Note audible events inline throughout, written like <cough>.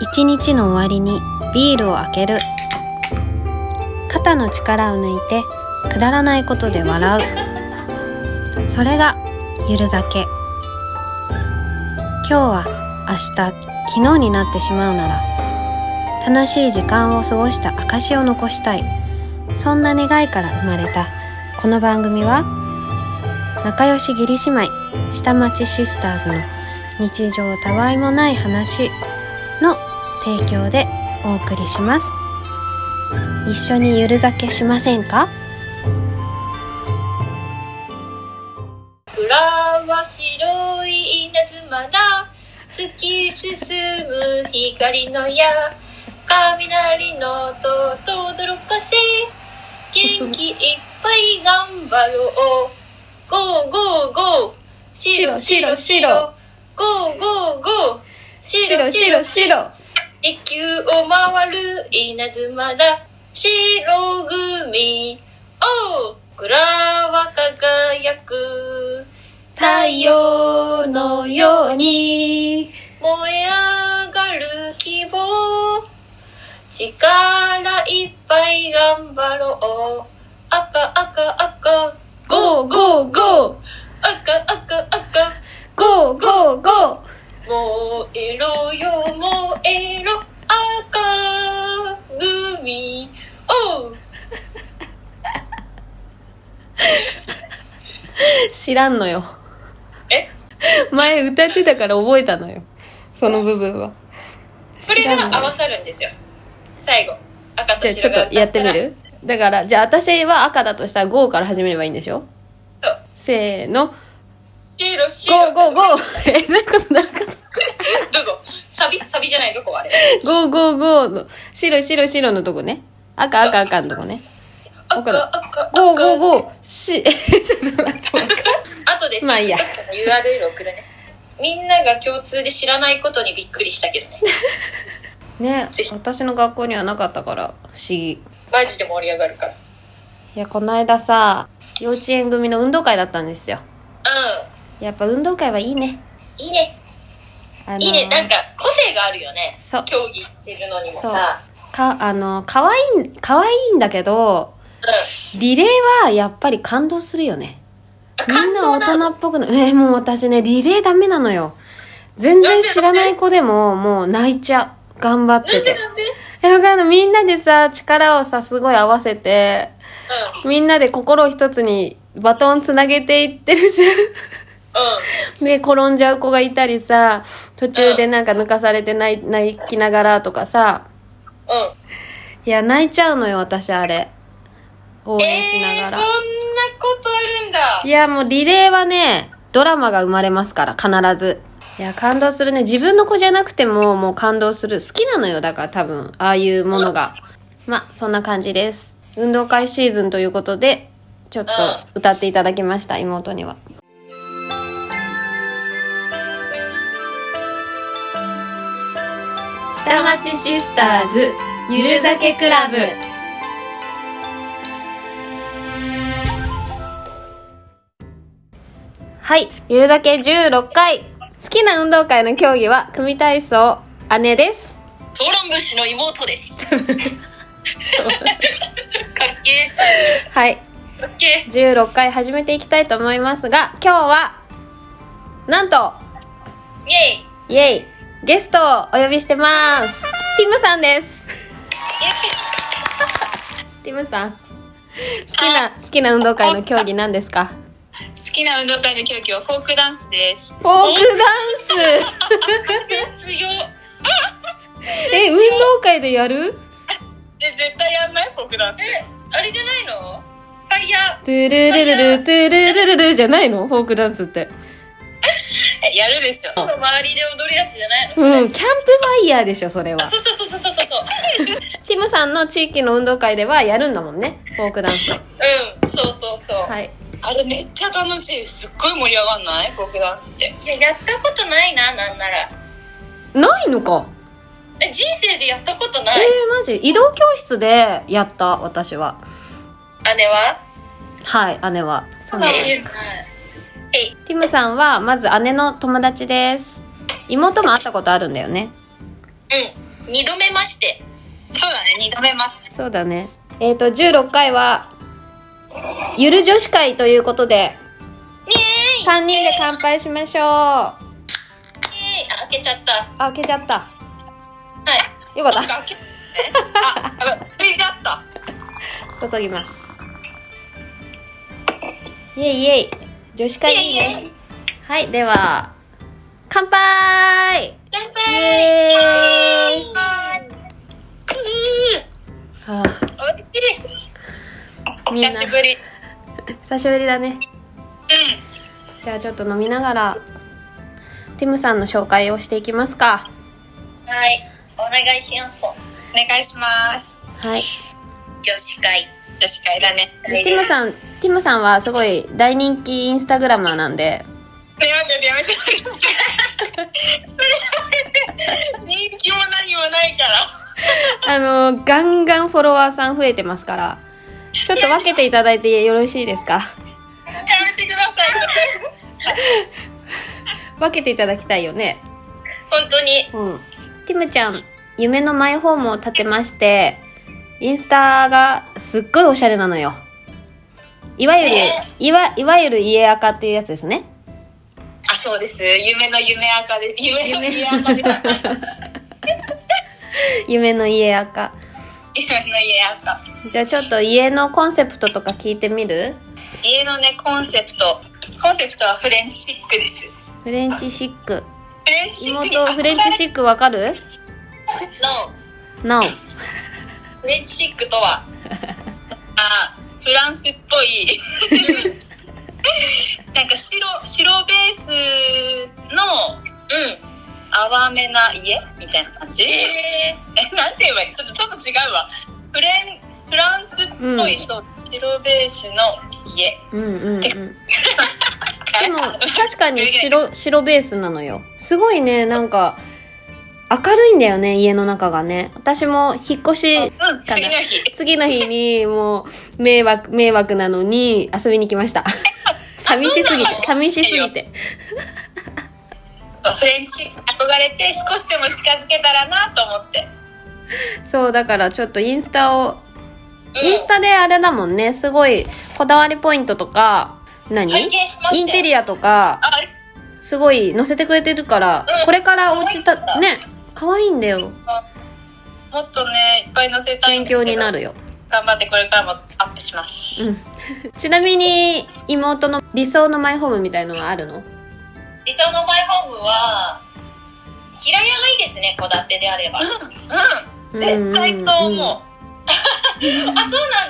一日の終わりにビールを開ける肩の力を抜いてくだらないことで笑うそれがゆる酒今日は明日昨日になってしまうなら楽しい時間を過ごした証を残したいそんな願いから生まれたこの番組は仲良し義理姉妹下町シスターズの日常たわいもない話の提供でお送りします一緒にゆる酒しませんか裏は白い稲妻だ突き進む光の矢雷の音と驚かせ元気いっぱい頑張ろうゴーゴーゴー白白白ゴーゴーゴー白白白地球を回る稲妻だ白組おう蔵は輝く太陽のように燃え上がる希望力いっぱい頑張ろう赤赤赤ゴゴーーゴーゴー赤赤赤ゴーゴーゴー燃えろよ燃えろ赤組おう知らんのよえ前歌ってたから覚えたのよその部分はこれ知らんがの合よわさるんですよ最後赤とじゃあちょ白っが歌とやってみらるだからじゃあ私は赤だとしたらゴーから始めればいいんでしょそうせーの白白ゴーゴーゴーえどういうことどういうことどこサビサビじゃないどこあれゴーゴーゴーの白白白のとこね赤赤赤のとこね赤こだ赤赤ゴーゴーゴーしちょっと待ってわかんないあとで TikTok のまあいいや URL 送るね。みんなが共通で知らないことにびっくりしたけどね。ねぜひ私の学校にはなかったから不思議いマジで盛り上がるから。うん。やこの間さ幼稚園組の運動会だったんですよやっぱ運動会はいいねいいね。あのいいね。なんか個性があるよね。そう競技してるのにもそうさ。かあの可愛いん可愛いんだけどうリレーはやっぱり感動するよねん。みんな感動大人っぽくのえーもう私ねリレーダメなのよ全然知らない子でももう泣いちゃう頑張っなてんでてなんでうん。えわかんないみんなでさ力をさすごい合わせてみんなで心を一つにバトンつなげていってるじゃん <laughs> で転んじゃう子がいたりさ途中でなんか抜かされて泣い泣きながらとかさうん。うん。いや泣いちゃうのよ私あれ応援しえー、なそがら、んなことあるんだい。やもうリレーはねドラマが生まれますから必ずいや感動するね自分の子じゃなくてももう感動する好きなのよだから多分ああいうものがまあそんな感じです運動会シーズンということでちょっと歌っていただきました妹には下町シスターズゆる酒クラブはいゆる酒16回好きな運動会の競技は組体操姉ですソーラン節の妹です。かっけはいえ。かっけえ。 16回始めていきたいと思いますが今日はなんとイェイ。イエイゲストをお呼びしてますティムさんですティムさん好きな好きな運動会の競技なんですか好きな運動会の競技はフォークダンスです。フォークダンス強い。え運動会でやるえ、絶対やんないフォークダンス。え、あれじゃないのファイヤトゥルルルルトゥルルルルじゃないのフォークダンスってー。やるでしょ。周りで踊るやつじゃないのうそんキれ。ャンプファイヤーでしょそれはそうそうそうそうそうそう。ティムさんの地域の運動会ではやるんだもんねフォークダンスうん、そうそうそう。はいあれめっちゃ楽しい。すっごい盛り上がんないフォークダンスって。いや、やったことないな、なんなら。ないのかえ、人生でやったことなえい。ー、マジ移動教室でやった私は姉ははい姉はそうなんですえーティムさんはまず姉の友達です妹も会ったことあるんだよねうん。二度目ましてそうだね二度目ましてそうだね。えっ、と、16回は、ゆる女子会ということで、3人で乾杯しましょう。あ、あ開けちゃった開はけちゃった。いよかっ開けえあやばい開いちゃったた。注ぎます。イエイイエイ。女子会いいイエイイエね。はい、では、乾杯イ乾杯エーイくはーおいしいみんな久しぶりあ久しぶりだね。うんじゃあちょっと飲みながら、テムさんの紹介をしていきますか。はい、お願いします。お願いします。はい。女子会。女子会だね。ティムさん、ティムさんはすごい大人気インスタグラマーなんで、 <laughs> やめてやめて。人気も何もないから。あの、ガンガンフォロワーさん増えてますから、ちょっと分けていただいてよろしいですかやめてください。分けていただきたいよね。本当に。うん。ティムちゃん、夢のマイホームを建てまして、インスタがすっごいおしゃれなのよ。いわゆる、いわ、いわゆる家垢っていうやつですね。あ、そうです。夢の夢赤です。夢の夢赤です。夢の家垢。夢の家赤。じゃあちょっと家のコンセプトとか聞いてみる家のね、コンセプト。コンセプトはフレンチシックです。フレンチシック。フレンチシックに妹、フレンチシックわかるのなお。フレンチシックとはあフランスっぽい <laughs> なんか白白ベースのうん淡めな家みたいな感じ、えなんて言えばいいちょっとちょっと違うわフレンフランスっぽい、うんそう白ベースの家うんうんうん。でも、確かに白、白ベースなのよ。すごいね、なんか、明るいんだよね、家の中がね。私も引っ越し、うん次の日次の日に、もう、迷惑、迷惑なのに遊びに来ました。寂しすぎて、寂しすぎて。フレンチシック憧れて少しでも近づけたらなと思ってそう、だからちょっとインスタを、うんインスタであれだもんね、すごい、こだわりポイントとか、何拝見しましたインテリアとか、ああれすごい載せてくれてるから、うんこれからお家可愛いかたらね可愛いんだよもっとねいっぱい載せたいん勉だけ強どになるよ、頑張ってこれからもアップします、うん、 <laughs> ちなみに妹の理想のマイホームみたいのはあるの理想のマイホームは平屋がいいですね戸建てであればうん、絶対と思う、うんうんあ <laughs> そうなん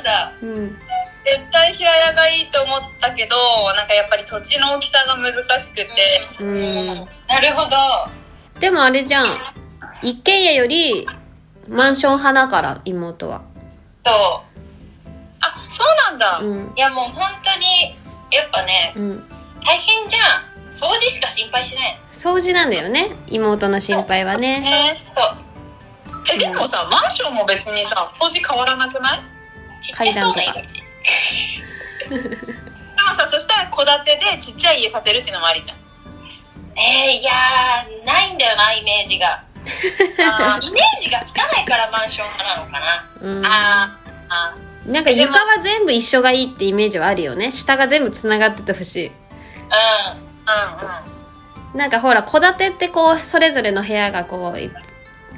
だうん絶対平屋がいいと思ったけどなんかやっぱり土地の大きさが難しくて、うんなるほどでもあれじゃん一軒家よりマンション派だから妹はそうあそうなんだ、うんいやもう本当にやっぱねうん大変じゃん掃除しか心配しない掃除なんだよね妹の心配はねそうえでもさマンションも別にさ掃除変わらなくないちっちゃそうなイメージ <laughs> でもさそしたら戸建てでちっちゃい家建てるっていうのもありじゃんえー、いやーないんだよなイメー <laughs> ジがあーイメージがつかないからマンション派なのかな、うんあーあーなんか床は全部一緒がいいってイメージはあるよね下が全部つながっててほしうんうんうんいなんかほら戸建てってこうそれぞれの部屋がこうい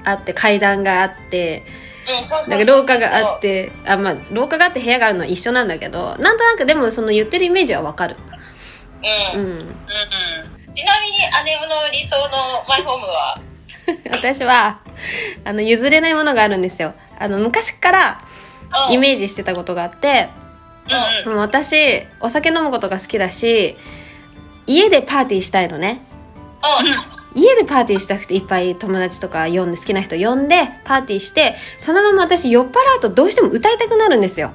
あって階段があってうん、そうなそんうかそう廊下があってあまあ廊下があって部屋があるのは一緒なんだけどなんとなくでもその言ってるイメージはわかるうん、ううんん <laughs> ちなみに姉の理想のマイホームは私はあの譲れないものがあるんですよあの昔からうんイメージしてたことがあってうんもう私お酒飲むことが好きだし家でパーティーしたいのねうん家でパーティーしたくていっぱい友達とか呼んで好きな人呼んでパーティーしてそのまま私酔っ払うとどうしても歌いたくなるんですよ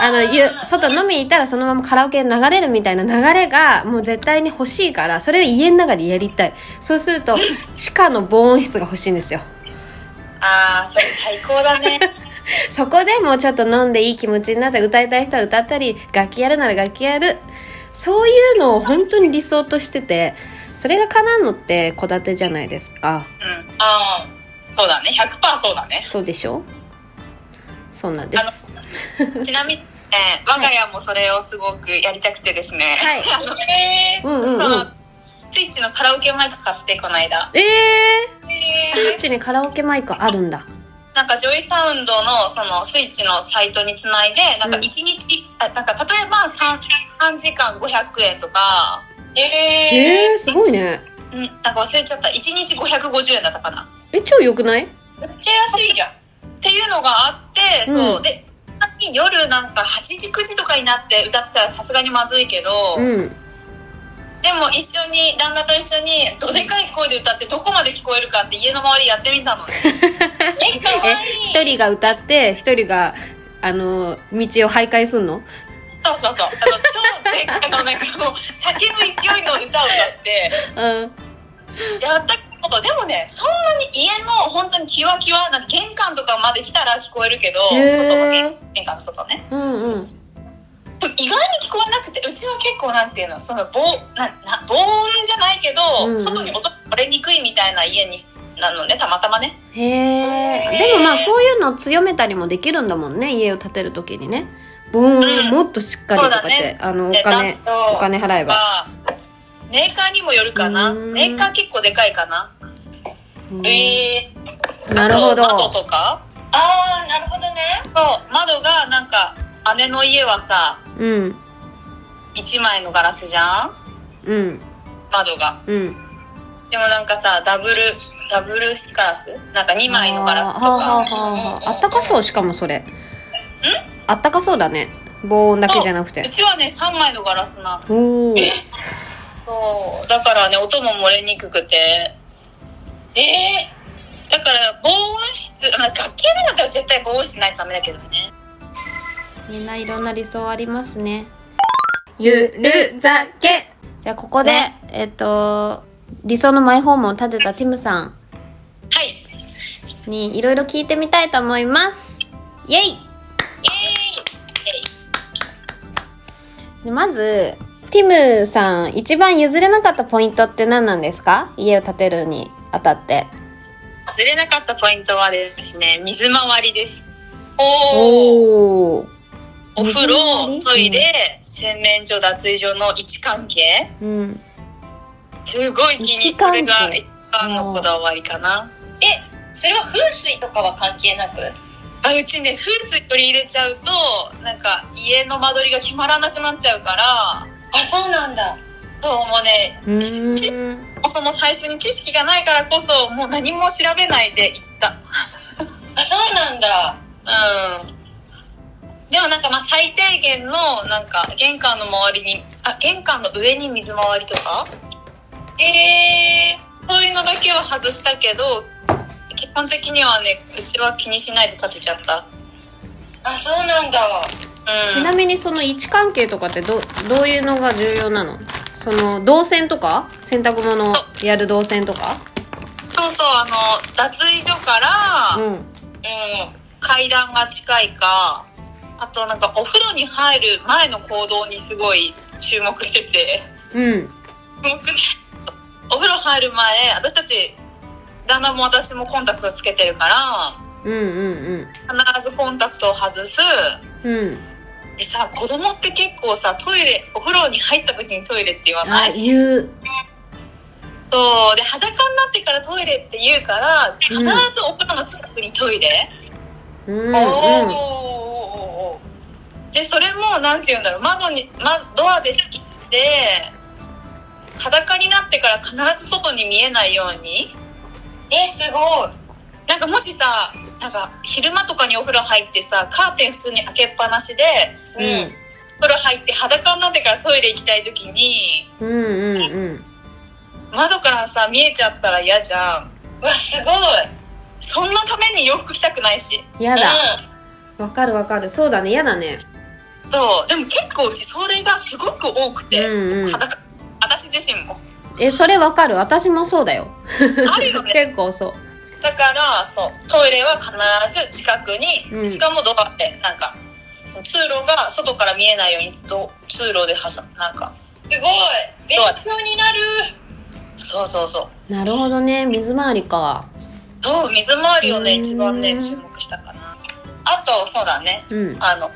あのゆ外飲みにいたらそのままカラオケで流れるみたいな流れがもう絶対に欲しいからそれを家の中でやりたいそうすると地下の防音室が欲しいんですよああ、それ最高だね。 <laughs> そこでもうちょっと飲んでいい気持ちになって歌いたい人は歌ったり楽器やるなら楽器やるそういうのを本当に理想としててそれが叶うのって戸建てじゃないですかうん。あそうだね100%そうだねそうでしょそうなんです。ちなみに、えー我が家もそれをすごくやりたくてですね、はい <laughs> あのねうんうんうんそのスイッチのカラオケマイク買ってこの間えー、スイッでチにカラオケマイクあるんだ。なんかジョイサウンドのそのスイッチのサイトにつないでなんか1日、あなんか例えば 3, 3時間500円とかええー、すごいね。うん、なんか忘れちゃった1日550円だったかなえ、超良くないめっちゃ安いじゃんっていうのがあって、うんそうで最近夜なんか8時9時とかになって歌ってたらさすがにまずいけど、うん。でも一緒に旦那と一緒にどでかい声で歌ってどこまで聞こえるかって家の周りやってみた <laughs> のえかえわいい一人が歌って一人があの道を徘徊すんのそうそうそうあの超でっかいのなんかもう叫ぶ勢いの歌を歌ってうんやったことでもねそんなに家の本当にキワキワなんか玄関とかまで来たら聞こえるけどへー外の玄玄関の外ねうんうん意外に聞こえなくてうちは結構なんていうのその防なな防音じゃないけど、うんうん外に音が漏れにくいみたいな家にしなのねたまたまねへえでもまあそういうの強めたりもできるんだもんね家を建てる時にね防音をもっとしっかりとかって、そうだねあのおで金暖炉お金払えばがメーカーにもよるかなうんメーカー結構でかいかなえうんなるほど窓とかああなるほどねそう窓がなんか姉の家はさうん1枚のガラスじゃんうん窓がうんでもなんかさダブルダブルガラスなんか2枚のガラスとあーはあはかあはああったかそうしかもそれあったかそうだね防音だけじゃなくうてちはね3枚のガラスなのおおそうだからね音も漏れにくくてええだから防音室、まあ、楽器やるんだったら絶対防音室ないとダメだけどねみんないろんな理想ありますねゆるざけじゃあここで、えっ、と理想のマイホームを建てたティムさんはいイエにいろいろ聞いてみたいと思いますイエイでまずティムさん一番譲れなかったポイントって何なんですか家を建てるにあたってーイずれなかったポイントはですね水回りですおおおーお風呂水回トりイレ洗面所脱衣所の位置関係うんすごい気位に置そ関係れが一番のこだわりかなそれは風水とかは関係なくあうちね風水取り入れちゃうとなんか家の間取りが決まらなくなっちゃうからあそうなんだそうもうねうーんそもそも最初に知識がないからこそもう何も調べないで行ったあそうなんだうんでもなんかまあ最低限のなんか玄関の周りにあ玄関の上に水回りとかえー、そういうのだけは外したけど基本的にはねうちは気にしないで建てちゃったあそうなんだちうんなみにその位置関係とかってどどういうのが重要なのその動線とか洗濯物やる動線とかそうそうあの脱衣所から、うん、うん階段が近いかあとなんかお風呂に入る前の行動にすごい注目しててうんもうお風呂入る前私たち旦那も私もコンタクトつけてるかうんうんら必ずコンタクトを外すうんうんでさ子供って結構さトイレお風呂に入った時にトイレって言わなあい言うそうで裸になってからトイレって言うから必ずお風呂の近くにトイレ、うんうんおーでそれもなんて言うんだろう窓に、ま、ドアで仕切って裸になってから必ず外に見えないようにえすごいなんかもしさなんか昼間とかにお風呂入ってさカーテン普通に開けっぱなしでうんお風呂入って裸になってからトイレ行きたい時にうんうんうん窓からさ見えちゃったら嫌じゃんうわすごいそんなために洋服着たくないしやだわかるわかるそうだねやだねそうでも結構うちそれがすごく多くて、うんうん裸私自身もえそれわかる私もそうだよあるよ <laughs> ね結構そうだからそうトイレは必ず近くに、うんしかもドアってなんかその通路が外から見えないようにど通路で挟むなんかすごい勉強になるそうそうそうなるほどね水回りかそそう、水回りをね、うん一番ね、注目したかな。あと、そうだね。うんあの、兄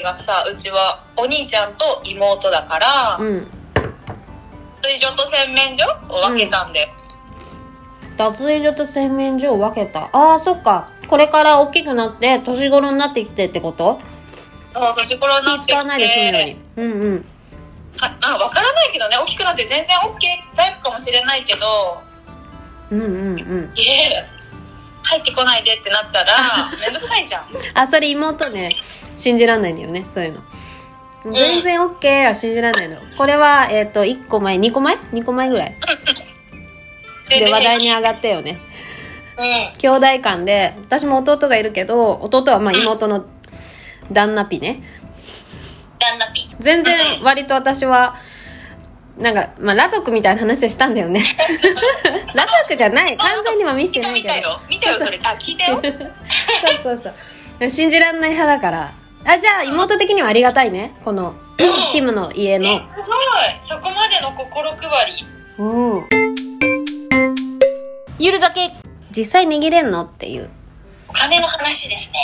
弟がさ、うちはお兄ちゃんと妹だから、うん水上と洗面所を分けたんだよ。脱衣所と洗面所を分けたあーそっかこれから大きくなって年頃になってきてってことそう、年頃になっ使てわきないで済むようてに、うんうんはあ、わからないけどね、大きくなって全然 OK タイプかもしれないけど、うんうんうんいえ、入ってこないでってなった <laughs> ら、めんどくさいじゃん。あそれ妹ね信じらんないんだよねそういうの全然 OK は信じらんないのこれはえっ、と1個前2個前2個前ぐらい全で然話題平気に上がったよねうん。兄弟間で私も弟がいるけど弟はまあ妹の旦那ピね旦那ピ。全然割と私はなんか、まあ、裸族みたいな話をしたんだよ <laughs> ね裸族じゃない完全には見せ見てたない見けどたよ。見たよ、それ。あ、聞い <laughs> たよ。そうそうそう信じらんない派だからあじゃあ妹的にはありがたいねこ <coughs> のティムの家のえ、すごい。そこまでの心配り。うんゆる酒。実際握れんのっていうお金の話ですね。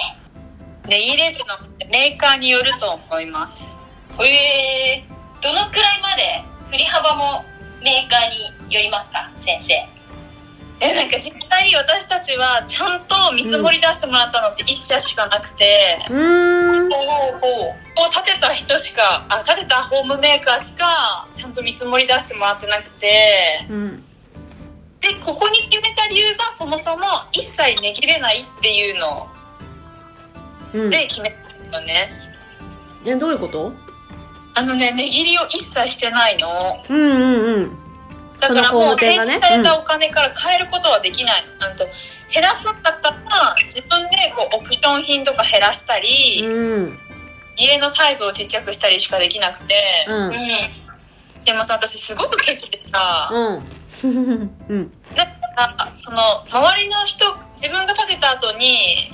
で、イレブのメーカーによると思います。ええどのくらいまで振り幅もメーカーによりますか、先生。え、なんか実際私たちはちゃんと見積もり出してもらったのって一社しかなくて、うーんおうおう建てた人しかあ建てたホームメーカーしかちゃんと見積もり出してもらってなくてうんでここに決めた理由がそもそも一切値切れないっていうのうんで決めたのね、えどういうことあのね値切りを一切してないのうんうんうんだからその工もう務店提が示ねされたお金から変えることはできない、あと減らすんだったら自分でこうオプション品とか減らしたり、うん家のサイズをちっちゃくしたりしかできなくて、うんでもさ私すごくケチでさ、うんうんなんかその周りの人自分が建てた後に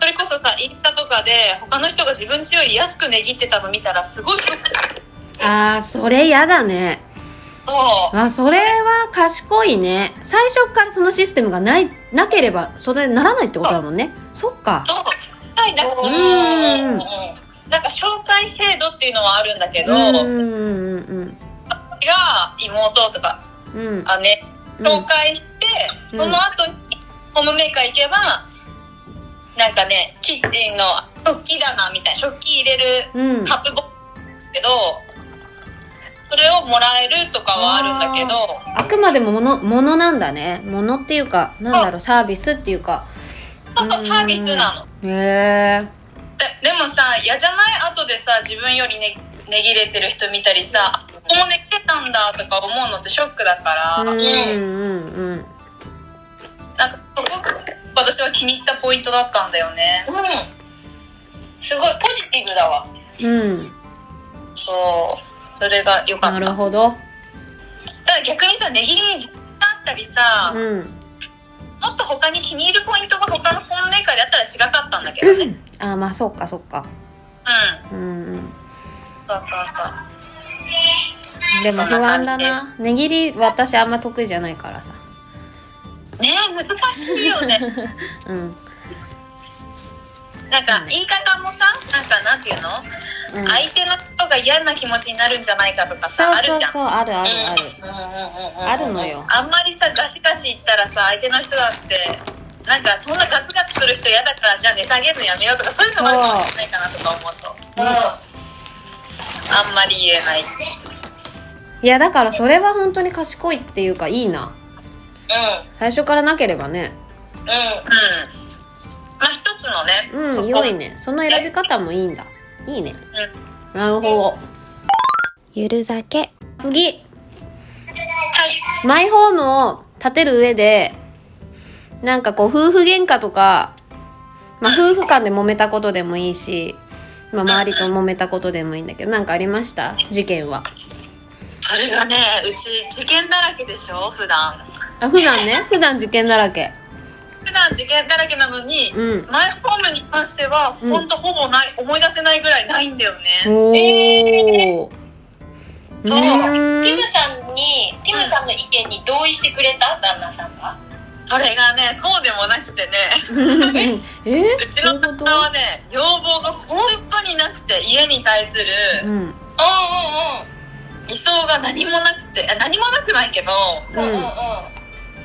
それこそさインスタとかで他の人が自分家より安く値切ってたの見たらすごいそうあーそれやだねあそれは賢いね最初からそのシステムがないなければそれならないってことだもんねそっかそうはいなんかそのうんなんか紹介制度っていうのはあるんだけうど、んがうんうん妹とかうんうん姉紹介して、うんその後にホームメーカー行けばなんかねキッチンの食器棚みたいな食器入れるうんカップボックスけどそれをもらえるとかはあるんだけどあくまでもものものなんだねものっていうかなんだろうサービスっていうかそうそうサービスなのへえででもさ嫌じゃない後でさ自分よりね値切れてる人見たりさあここも値切れたんだとか思うのってショックだうかんら、うなんかんうんそこが私は気に入ったポイントだったんだよねすごいポジティブだわうそうそれが良かんっなたるほどただ逆にさ値切りに時間があったりさ、うんもっと他に気に入るポイントが他のホームメーカーであったら違かったんだけどねうんあーまあそっかそっかうんうんそうそうそうでもそん不な安感じだですな値切り私あんま得意じゃないからさねえ難しいよね <laughs> うんうんなんか言い方もさなんかなんていうの、相手の人が嫌な気持ちになるんじゃないかとかそさうあるそうじゃんそうあるあるあるあるのよあんまりさガシガシ言ったらさ相手の人だってなんかそんなガツガツする人嫌だからじゃあ値下げるのやめようとかそういうのもあるかもしれないかなとか思うとうんあんまり言えないいやだからそれは本当に賢いっていうかいいなう最初からなければねんうんまあ一つのね、うそんこ良いねその選び方もいいんだいいねなるほどゆる酒次はいマイホームを建てる上でなんかこう夫婦喧嘩とか、まあ、夫婦間で揉めたことでもいいし、まあ、周りと揉めたことでもいいんだけどなんかありました事件はそれがねうち事件だらけでしょ普段あ普段ね普段事件だらけ普段事件だらけなのに、うんマイホームに関してはうん本当ほぼない、思い出せないぐらいないんだよね、おおそう <laughs> ティムさんにティムさんの意見に同意してくれた旦那さんがそうそれがねそうでもなくてねえうちのどういうこ方とはね要望が本当になくて家に対すうるんう理想が何もなくてあ何もなくないけどんうんうんうんうんうん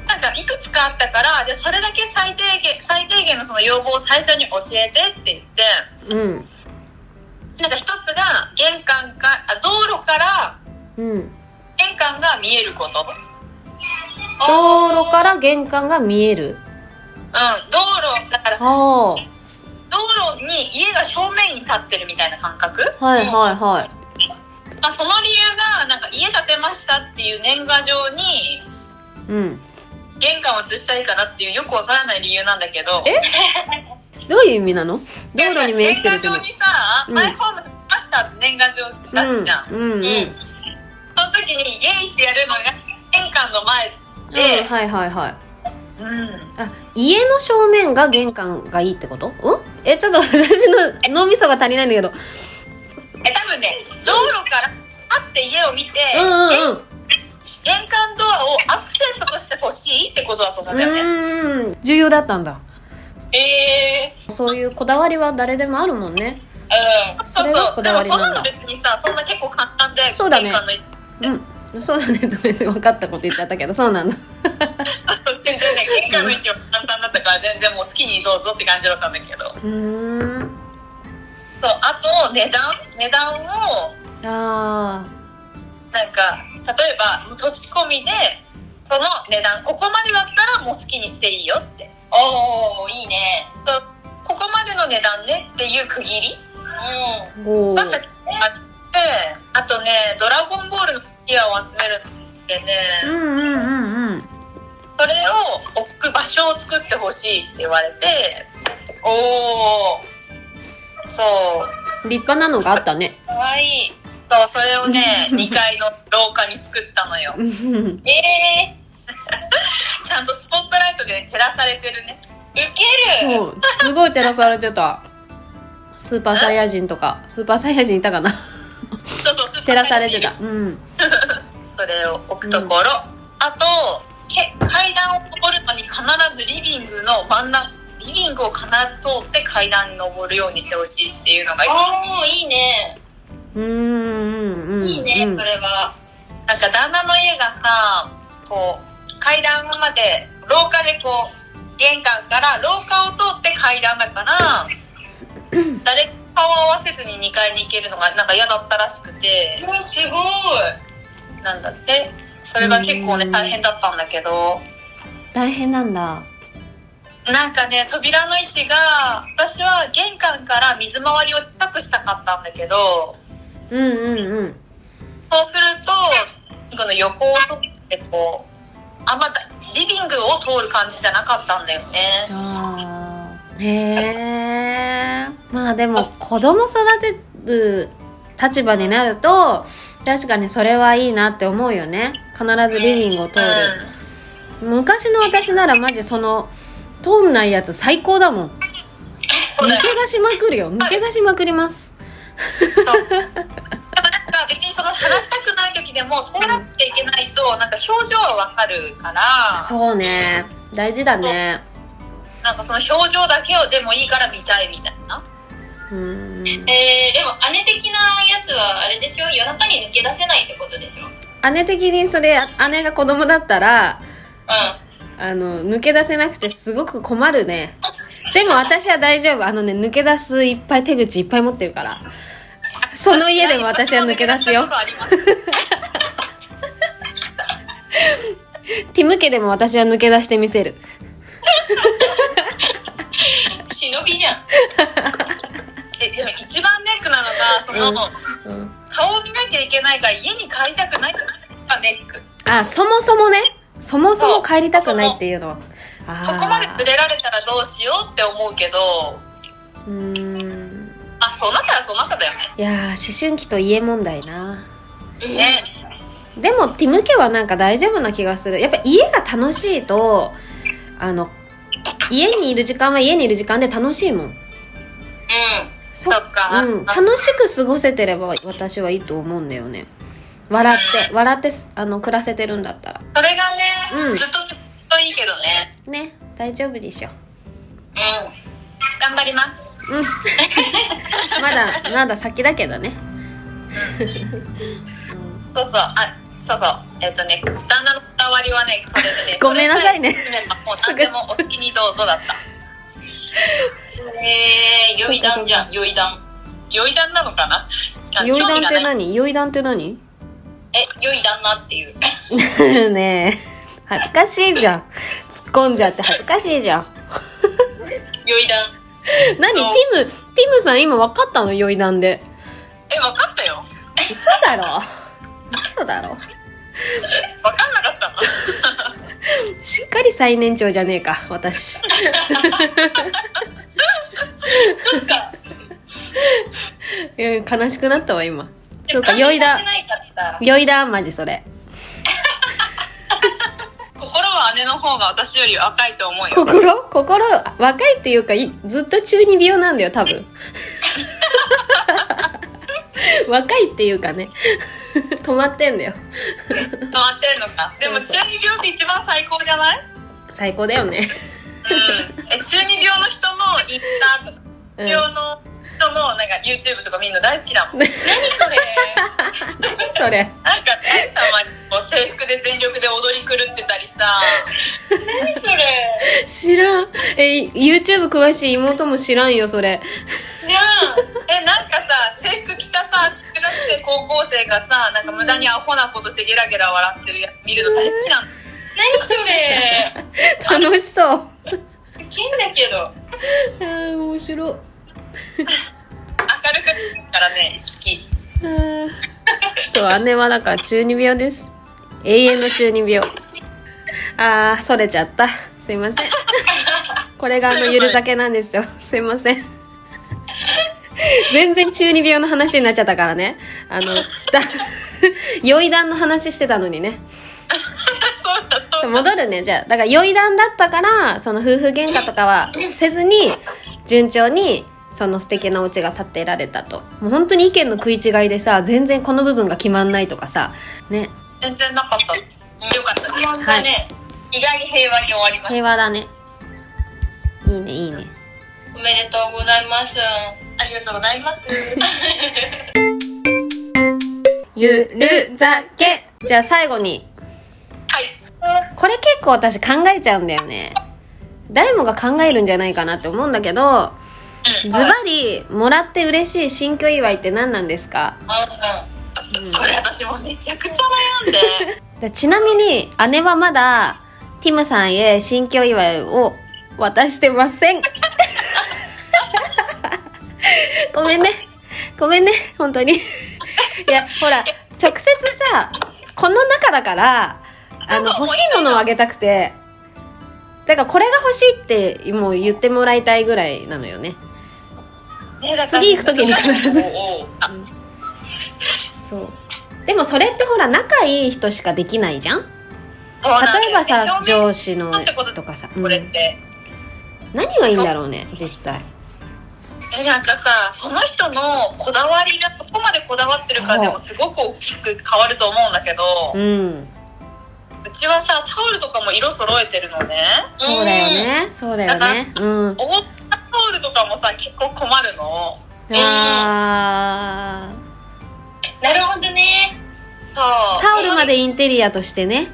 なんかいくつかあったからじゃあそれだけ最低限最低限のその要望を最初に教えてって言ってうんなんか一つが玄関かあ道路からうん玄関が見えること、うん、道路から玄関が見える道路だからあ道路に家が正面に立ってるみたいな感覚、あはいはいはいまあ、その理由がなんか家建てましたっていう年賀状にうん玄関を移したいかなっていうよくわからない理由なんだけどえどういう意味なの道なんか路に面してるって年の賀状にさ、うんマイホーム建てましたって年賀状出すじゃん、うんうんうんうんうんその時にイエイってやるのが玄関の前で、はいはいはいうんあ家の正面が玄関がいいってことんえちょっと <laughs> 私の脳みそが足りないんだけどえ多分ね道路からあって家を見て、うん玄うんうん玄関ドアをアクセントとして欲しいってことだと思うんだよね、うんうん重要だったんだええそういうこだわりは誰でもあるもんねうんそうそうそれがこでだもわりそなんんだなの別にさそんな結構簡単でそうだね <laughs> 玄関の一うんそうだねとか言って分かったこと言っちゃったけどそうなんだ全然ね玄関の位置は簡単だったから全然もう好きにどうぞって感じだったんだけどそううーんあと値段値段をあなんか例えば土地込みでその値段ここまでだったらもう好きにしていいよっておーいいねそうここまでの値段ねっていう区切りーうおーが先にあってあとね「ドラゴンボール」のフィギュアを集めるってうねんうんうんうんそれを置く場所を作ってほしいって言われてんおーそう立派なのがあったねかわいいそう、それをね、2階の廊下に作ったのよ。うんえーちゃんとスポットライトでね、照らされてるね。ウケるそうすごい照らされてたスーパーサイヤ人とかスーパーサイヤ人いたか <laughs> なそうそう、スポット照らライトされてたうんそれを置くところ。あと、け階段を登るのに必ずリビングの真ん中、リビングを必ず通って階段に登るようにしてほしいっていうのが一番あーいいねうんうんうんいいねうんそれはなんか旦那の家がさ、こう、階段まで、廊下でこう、玄関から廊下を通って階段だ <laughs> から、誰か顔を合わせずに2階に行けるのがなんか嫌だったらしくてう、んすごいなんだって。それが結構ね、うん大変だったんだけど、大変なんだなんかね、扉の位置が、私は玄関から水回りを高くしたかったんだけど、うんうんうんそうすると、この横を取ってこう、あんまだリビングを通る感じじゃなかったんだよね。あーへえまあでも子供育てる立場になると確かにそれはいいなって思うよね必ずリビングを通る、う昔の私ならマジその通んないやつ最高だもん抜うけだよ出しまくるよ抜け出しまくりますん。そう。でもなんか別にその話したくない時でも通らなきゃいけないと、なんか表情はわかるから、そうね大事だねなんかその表情だけをでもいいから見たいみたいな。うーんえー、でも姉的なやつはあれでしょ夜中に抜け出せないってことでしょうん姉的にそれ姉が子供だったらうあの抜け出せなくてすごく困るねでも私は大丈夫あのね抜け出すいっぱい手口いっぱい持ってるからその家でも私は抜け出すよ私は抜け出したことありますティム家でも私は抜け出してみせるん忍びじゃん <laughs> えでも一番ネックなのが、その、うん顔を見なきゃいけないから家に帰りたくないがネック。あそもそもねそもそも帰りたくないっていうのはあーそこまで触れられたらどうしようって思うけど、うーんあ、そうなったらそうなっただよいやー思春期と家問題なね。ね。でもティム家はなんか大丈夫な気がするやっぱ家が楽しいとあの家にいる時間は家にいる時間で楽しいもんうそそっかうん、楽しく過ごせてれば私はいいと思うんだよね笑って笑ってあの暮らせてるんだったらん。それがね、うんずっとずっといいけどね。ね大丈夫でしょうん。頑張ります。ま <laughs> だまだ先だけどねそうそう、あ、そうそう、えっ、とね、旦那のこだわりはね、それでね、ごめんなさいねそれさえ決めばもう何でもお好きにどうぞだった。えー、よいだんじゃん、よいだん。よいだんなのかな酔い興談っ味がてない。何酔い談って何 <laughs> え、よいだんなっていう。ねえ恥ずかしいじゃん突っ込んじゃって恥ずかしいじゃんよいだん。何テそうィムティムさん今分かったの酔い談でえ、わかったよ。嘘だろ嘘だろわかんなかったの。しっかり最年長じゃねえか私なんか、いや悲しくなったわ今そうか感じ酔いさ談せないからさ酔い談マジそれ心は姉の方が私より若いと思うよ。心心若いっていうかいずっと中二病なんだよ多分若いっていうかね止まってんだよ変わってんのか。でも中二病って一番最高じゃない最高だよねうんえ中二病の人のインスタとかうん病の人のなんか YouTube とかみんな大好きだもん。なんかそれそれたまにこう制服で全力で踊り狂ってた <laughs> りさ、何それ知らんえい YouTube 詳しい妹も知らんよそれじゃあえなんかさ制服着たさ中学生高校生がさなんか無駄にアホなことしてゲラゲラ笑ってるやつ見るの大好きなの。何それ楽しそうあウケんだけどー面白い明るくなるからね好き。 <laughs> あーそう姉はだから中二病です永遠の中二病あーそれちゃったすいませんこれがあのゆる酒なんですよすいません全然中二病の話になっちゃったからねあのだ <laughs> 酔い談の話してたのにねそうだそうだ。戻るねじゃあだから酔い談だったからその夫婦喧嘩とかはせずに順調にその素敵なお家が建てられたともう本当に意見の食い違いでさ全然この部分が決まんないとかさね全然なかった。よかったです。はいね意外に平和に終わりまし平た。和だねいいねいいねおめでとうございますありがとうございます。ゆる酒じゃあ最後にはい。これ結構私考えちゃうんだよね誰もが考えるんじゃないかなって思うんだけどズバリもらって嬉しい新居祝いって何なんですかあうん、これ私もめちゃくちゃ悩んででちなみに姉はまだティムさんへ新居祝いを渡してません <laughs> ごめんねごめんね本当にいやほら直接さこの中だからあの欲しいものをあげたくてだからこれが欲しいってもう言ってもらいたいぐらいなのよねねだ次行く時に必ずおうおうあそうでもそれってほら仲いい人しかできないじゃん例そうなんだえよばねさ表面上司のとかさ、うんこれって、何がいいんだろうね実際えなんかさその人のこだわりがどこまでこだわってるかでもすごく大きく変わると思うんだけどううんちはさタオルとかも色揃えてるのねそうだよねそうだよねうんおったタオルとかもさ結構困るのあーなるほどねそうタオルまでインテリアとしてね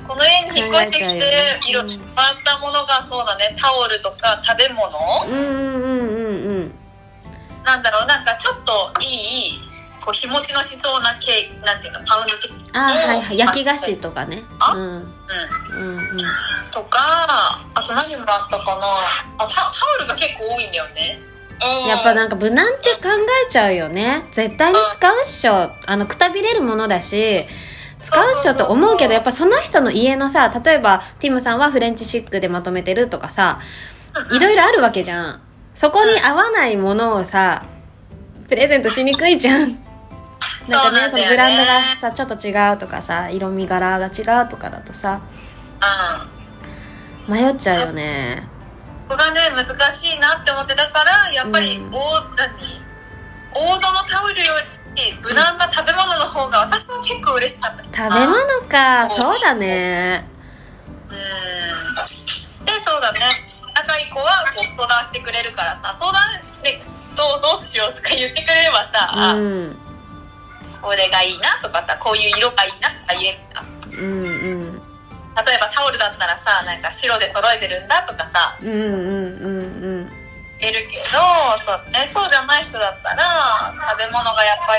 うんこの家に引っ越してき考えてちゃうよ色もねらったものがそうだねタオルとか食べ物うんうんうんうんなんだろうなんかちょっといいこう日持ちのしそうなケーキなんていうのパウンドケーキ、うん、あーはいはい焼き菓子とかねうんうんうんとかあと何もらったかなあタタオルが結構多いんだよねうんやっぱなんか無難って考えちゃうよね絶対に使うっしょあのくたびれるものだし使うっしょと思うけどやっぱその人の家のさ例えばティムさんはフレンチシックでまとめてるとかさいろいろあるわけじゃんそこに合わないものをさプレゼントしにくいじゃんなんかねそそうなんだよねのブランドがさちょっと違うとかさ色味柄が違うとかだとさうん迷っちゃうよねここがね難しいなって思ってだからやっぱり、うんお何王道のタオルより無難な食べ物の方が私は結構嬉しかった食べ物かうんそうだねうん子はこう相談してくれるからさ相談でどうどうしようとか言ってくれればさ、あうんこれがいいなとかさこういう色がいいなとか言えるうんうんだん例えばタオルだったらさなんか白で揃えてるんだとかさうんうんうん言えるけどそう,、ね、そうじゃない人だったら食べ物がやっぱ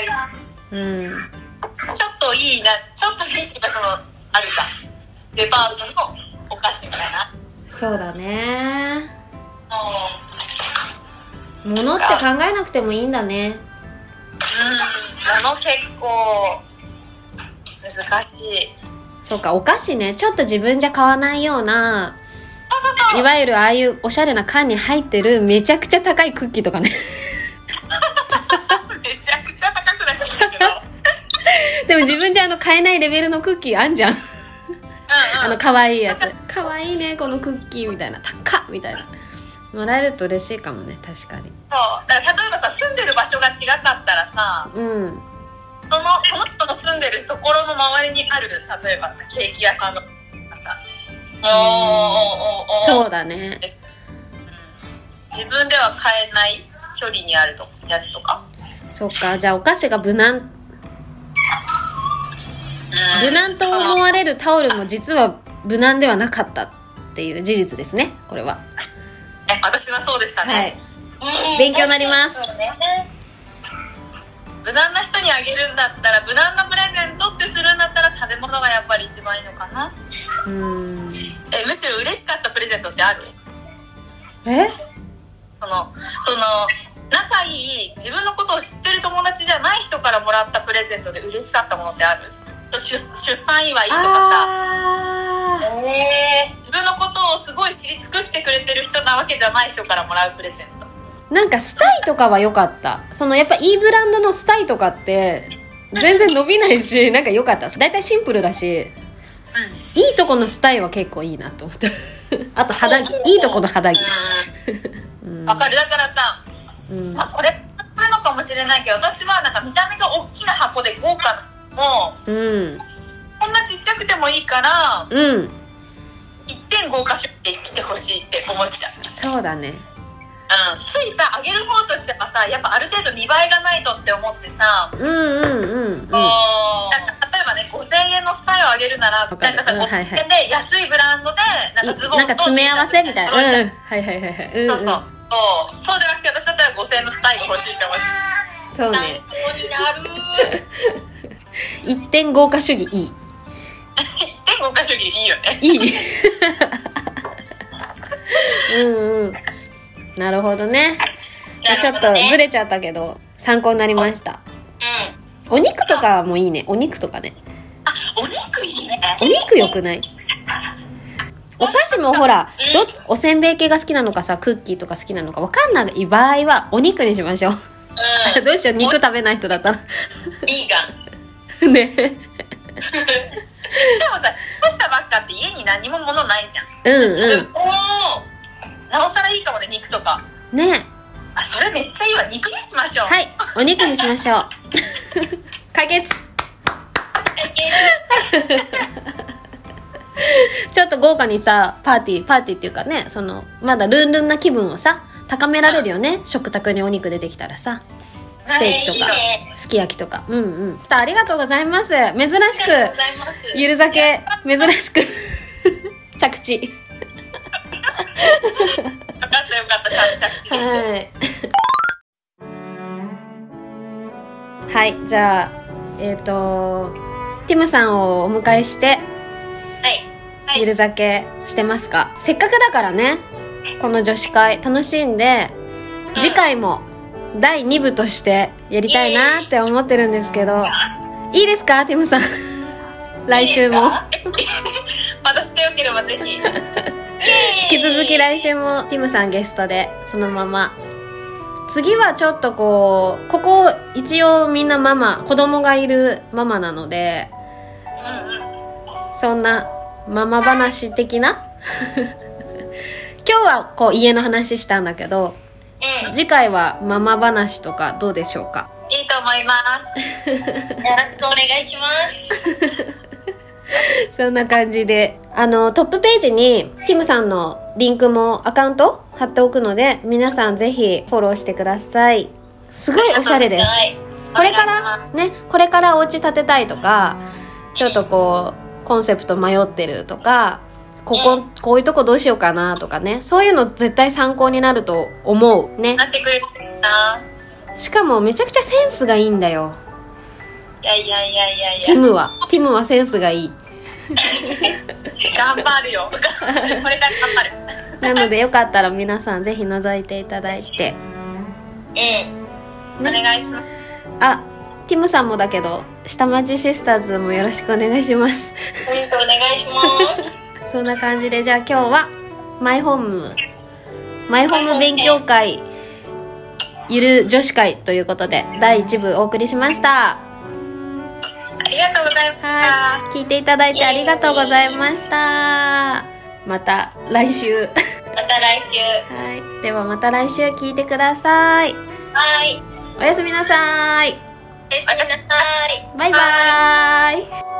うりんうんちょっといいなちょっといいなのあるじゃんデパートのお菓子みたいな。そうだねうん物って考えなくてもいいんだねうん、もの結構難しい。そうかお菓子ねちょっと自分じゃ買わないようなそうそうそう。いわゆるああいうおしゃれな缶に入ってるめちゃくちゃ高いクッキーとかねめちゃくちゃ高くなってきた <laughs> けど。うんうん。でも自分じゃあの買えないレベルのクッキーあんじゃんあの可愛いやつ可愛いねこのクッキーみたいな高っみたいなもらえると嬉しいかもね確かにそう。だから例えばさ、住んでる場所が違かったらさ、うんそのその人の住んでるところの周りにある例えばケーキ屋さんのさ、おーおーおーおーそうだね自分では買えない距離にあるとやつとか。そうかじゃあお菓子が無難うん無難と思われるタオルも実は無難ではなかったっていう事実ですねこれはね私はそうでしたね。はいうん勉強になりますそうね無難な人にあげるんだったら無難なプレゼントってするんだったら食べ物がやっぱり一番いいのかなうんえむしろ嬉しかったプレゼントってあるえそのその仲いい自分のことを知ってる友達じゃない人からもらったプレゼントで嬉しかったものってある出出産祝いとかさあー自分のことをすごい知り尽くしてくれてる人なわけじゃない人からもらうプレゼントなんかスタイとかは良かったそのやっぱいいブランドのスタイとかって全然伸びない <laughs> しなんか良かった大体シンプルだしいいとこのスタイは結構いいなと <laughs> 思ったあと肌着いいとこの肌着うんわかるだからさうんまあ、これこれのかもしれないけど私はなんか見た目が大きな箱で豪華もううんこんなちっちゃくてもいいからうん一点豪華主義で来てほしいって思っちゃう、そうだねうん、ついさあげる方としてはさやっぱある程度見栄えがないとって思ってさ、うんうんうんうんなんか例えばね5000円のスタイルをあげるならなんわかかるさ、うんはいはい5000円で安いブランドでなんかズボンなんとか詰め合わせみたいなうんうんはいはいはいはいうんそううんそうそうそうじゃなくて私だったら5000円のスタイル欲しいって思っちゃうそう参ね考になる。一点豪華主義いい一点豪華主義いいよねい <laughs> いうんうんなるほどねちょっとずれちゃったけど参考になりましたうんお肉とかもいいねお肉とかねお肉いいね。お肉よくないお菓子もほらどおせんべい系が好きなのかさクッキーとか好きなのかわかんない場合はお肉にしま <laughs> しょう <laughs> うどうしよう肉食べない人だったん。ビーガらン。ねでもさ、干したばっかって家に何も物ないじゃん。うんそれ、おうーなおさらいいかもね、肉とか。んねあ、それめっちゃいいわ。肉にしましょう。はいお肉にしましょう解決 <laughs> ちょっと豪華にさパーティーパーティーっていうかねそのまだルンルンな気分をさ高められるよね食卓にお肉出てきたらさステーキとかはいいいすき焼きとかうんうんさあありがとうございます珍しありがとうごくざいます。ゆる酒珍しく <laughs> 着地よかったよかった、ちゃんと着地で <laughs> きて。はい。はい、じゃあ、えっ、と、ティムさんをお迎えして、はい。はいゆる酒してますか、せっかくだからね、この女子会楽しんで、次回も第2部としてやりたいなって思ってるんですけど、いいですかティムさん。来週も。いいですかまたしてよければぜひ。引き続き来週もティムさんゲストでそのまま次はちょっとこうここ一応みんなママ子供がいるママなのでうんうん。そんなママ話的な今日はこう家の話したんだけどうん。次回はママ話とかどうでしょうか <laughs> いいと思います。よろしくお願いします。そんな感じで。あの、トップページに、ティムさんのリンクもアカウント貼っておくので、皆さんぜひフォローしてください。すごいおしゃれです。はい。これかお願いしまら、ね、これからお家建てたいとか、ちょっとこう、コンセプト迷ってるとか、ここ、こういうとこどうしようかなとかね、そういうの絶対参考になると思う。ねす。なってくれてるな。しかもめちゃくちゃセンスがいいんだよ。いやいやいやいやいやティ。ムは。ティムはセンスがいい。頑張 <laughs> るよ。これから頑張る。なのでよかったら皆さんぜひ覗いていただいて。うん。お願いします。あ、ティムさんもだけど、下町シスターズもよろしくお願いします。うんとお願いします。そんな感じで、じゃあ今日は、マイホーム、マイホーム勉強会、ゆる女子会ということで、第1部お送りしました。 <laughs> ありがとうございました。はい。聞いていただいてありがとうございました。また来週。はまた来週。い。ではまた来週聞いてください。はい。おやすみなさい。おやすみなさい。バイバーイ。